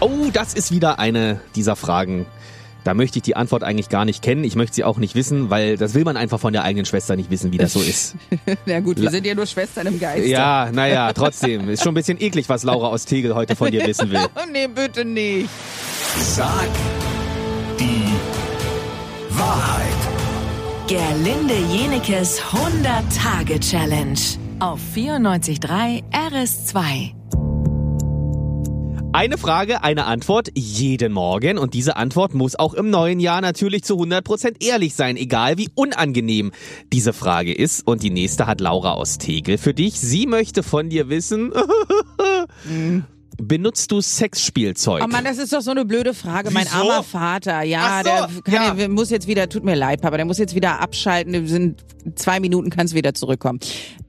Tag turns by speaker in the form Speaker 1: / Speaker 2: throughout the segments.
Speaker 1: Oh, das ist wieder eine dieser Fragen. Da möchte ich die Antwort eigentlich gar nicht kennen. Ich möchte sie auch nicht wissen, weil das will man einfach von der eigenen Schwester nicht wissen, wie das so ist.
Speaker 2: Na gut, wir
Speaker 1: La-
Speaker 2: sind ja nur Schwestern im Geiste.
Speaker 1: Ja, naja, trotzdem. Ist schon ein bisschen eklig, was Laura aus Tegel heute von dir wissen will.
Speaker 2: Oh, nee, bitte nicht.
Speaker 3: Sag die Wahrheit.
Speaker 4: Gerlinde Jenekes 100-Tage-Challenge auf 94.3 RS2.
Speaker 1: Eine Frage, eine Antwort jeden Morgen. Und diese Antwort muss auch im neuen Jahr natürlich zu 100% ehrlich sein, egal wie unangenehm diese Frage ist. Und die nächste hat Laura aus Tegel für dich. Sie möchte von dir wissen, benutzt du Sexspielzeug?
Speaker 2: Oh Mann, das ist doch so eine blöde Frage. Mein
Speaker 1: Wieso?
Speaker 2: armer Vater, ja,
Speaker 1: Ach so,
Speaker 2: der kann
Speaker 1: ja.
Speaker 2: ja. muss jetzt wieder, tut mir leid, Papa, der muss jetzt wieder abschalten. In sind zwei Minuten kannst wieder zurückkommen.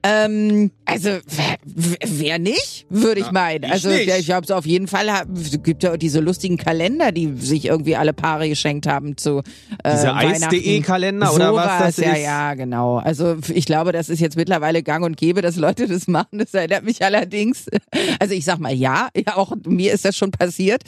Speaker 2: Ähm, also wer, wer- wer nicht, würde ich meinen.
Speaker 1: ich
Speaker 2: also
Speaker 1: nicht.
Speaker 2: der- ich glaube es auf jeden Fall. hab- Es gibt ja diese lustigen Kalender, die sich irgendwie alle Paare geschenkt haben zu äh,
Speaker 1: Diese
Speaker 2: Weihnachten.
Speaker 1: 1.de Kalender oder was das
Speaker 2: ja,
Speaker 1: ist?
Speaker 2: Ja, genau. Also ich glaube, das ist jetzt mittlerweile gang und gäbe, dass Leute das machen. Das erinnert mich allerdings. Also ich sag mal ja, ja auch mir ist das schon passiert.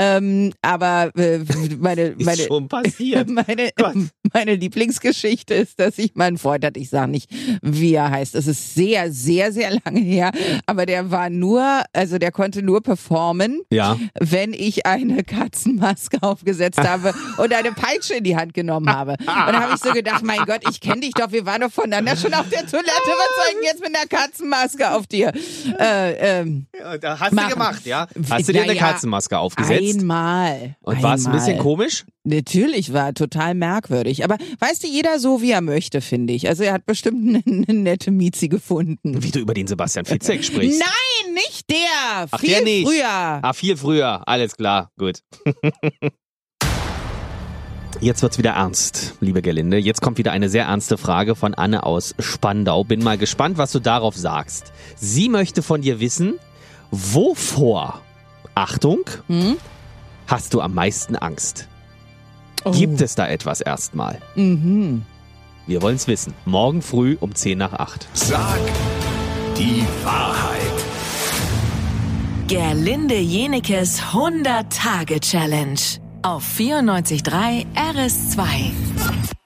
Speaker 2: Ähm, aber äh, meine,
Speaker 1: ist
Speaker 2: meine,
Speaker 1: schon passiert.
Speaker 2: meine,
Speaker 1: Gott.
Speaker 2: meine Lieblingsgeschichte ist, dass ich meinen Freund hatte, ich sage nicht, wie er heißt. Es ist sehr, sehr, sehr lange her, aber der war nur, also der konnte nur performen,
Speaker 1: Ja.
Speaker 2: wenn ich eine Katzenmaske aufgesetzt habe und eine Peitsche in die Hand genommen habe. Und da habe ich so gedacht, mein Gott, ich kenne dich doch, wir waren doch voneinander schon auf der Toilette. Was soll denn jetzt mit einer Katzenmaske auf dir? Äh, ähm,
Speaker 1: Hast
Speaker 2: Machen.
Speaker 1: du gemacht, ja? Hast du dir
Speaker 2: Na
Speaker 1: eine
Speaker 2: ja,
Speaker 1: Katzenmaske aufgesetzt?
Speaker 2: einmal.
Speaker 1: Und war es ein bisschen
Speaker 2: Einmal.
Speaker 1: komisch?
Speaker 2: Natürlich war total merkwürdig. Aber weißt du, jeder so, wie er möchte, finde ich. Also er hat bestimmt eine, eine nette Miezi gefunden.
Speaker 1: Wie du über den Sebastian Fitzek sprichst.
Speaker 2: Nein, nicht der!
Speaker 1: Ach,
Speaker 2: Viel
Speaker 1: der nicht.
Speaker 2: früher.
Speaker 1: Ah, viel früher. Alles klar. Gut. Jetzt wird's wieder ernst, liebe Gelinde. Jetzt kommt wieder eine sehr ernste Frage von Anne aus Spandau. Bin mal gespannt, was du darauf sagst. Sie möchte von dir wissen, wovor, Achtung,
Speaker 2: Hm?
Speaker 1: hast du am meisten Angst?
Speaker 2: Oh.
Speaker 1: Gibt es da etwas erstmal?
Speaker 2: Mhm.
Speaker 1: Wir wollen's wissen. Morgen früh um 10 nach 8.
Speaker 3: Sag die Wahrheit.
Speaker 4: Gerlinde Jenekes 100-Tage-Challenge auf 94.3 RS2.